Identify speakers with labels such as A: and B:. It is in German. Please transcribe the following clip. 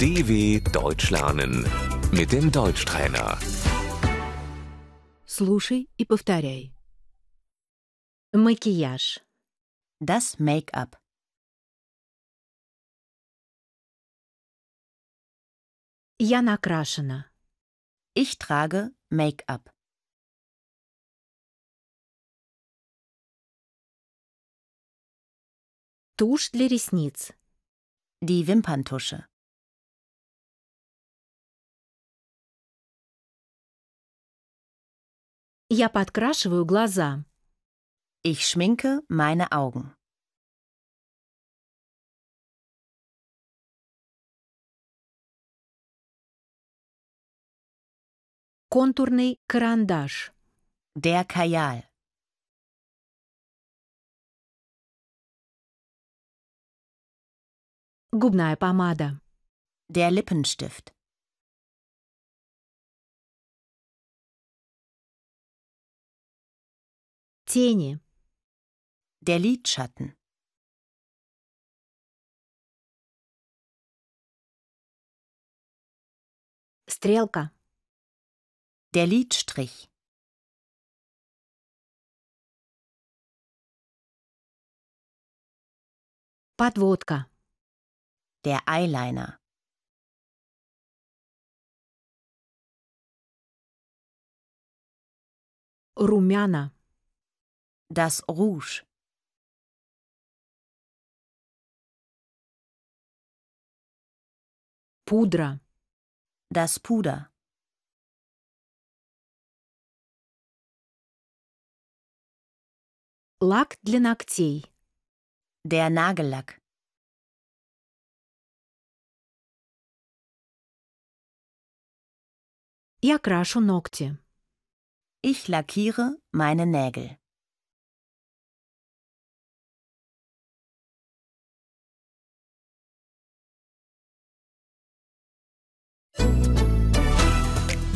A: DW Deutsch lernen mit dem Deutschtrainer.
B: Слушай и повторяй. Макияж.
C: Das Make-up.
B: Я накрашена.
C: Ich trage Make-up.
B: Тушь для ресниц.
C: Die Wimperntusche.
B: Я подкрашиваю глаза.
C: Ich schminke meine Augen.
B: Контурный карандаш.
C: Der Kajal.
B: Губная помада.
C: Der Lippenstift.
B: Тени.
C: Der Lidschatten.
B: Стрелка.
C: Der Lidstrich.
B: Подводка.
C: Der Eyeliner.
B: Румяна.
C: Das Rouge.
B: Пудра.
C: Das Puder.
B: Лак для ногтей.
C: Der Nagellack.
B: Я крашу ногти.
C: Ich lackiere meine Nägel.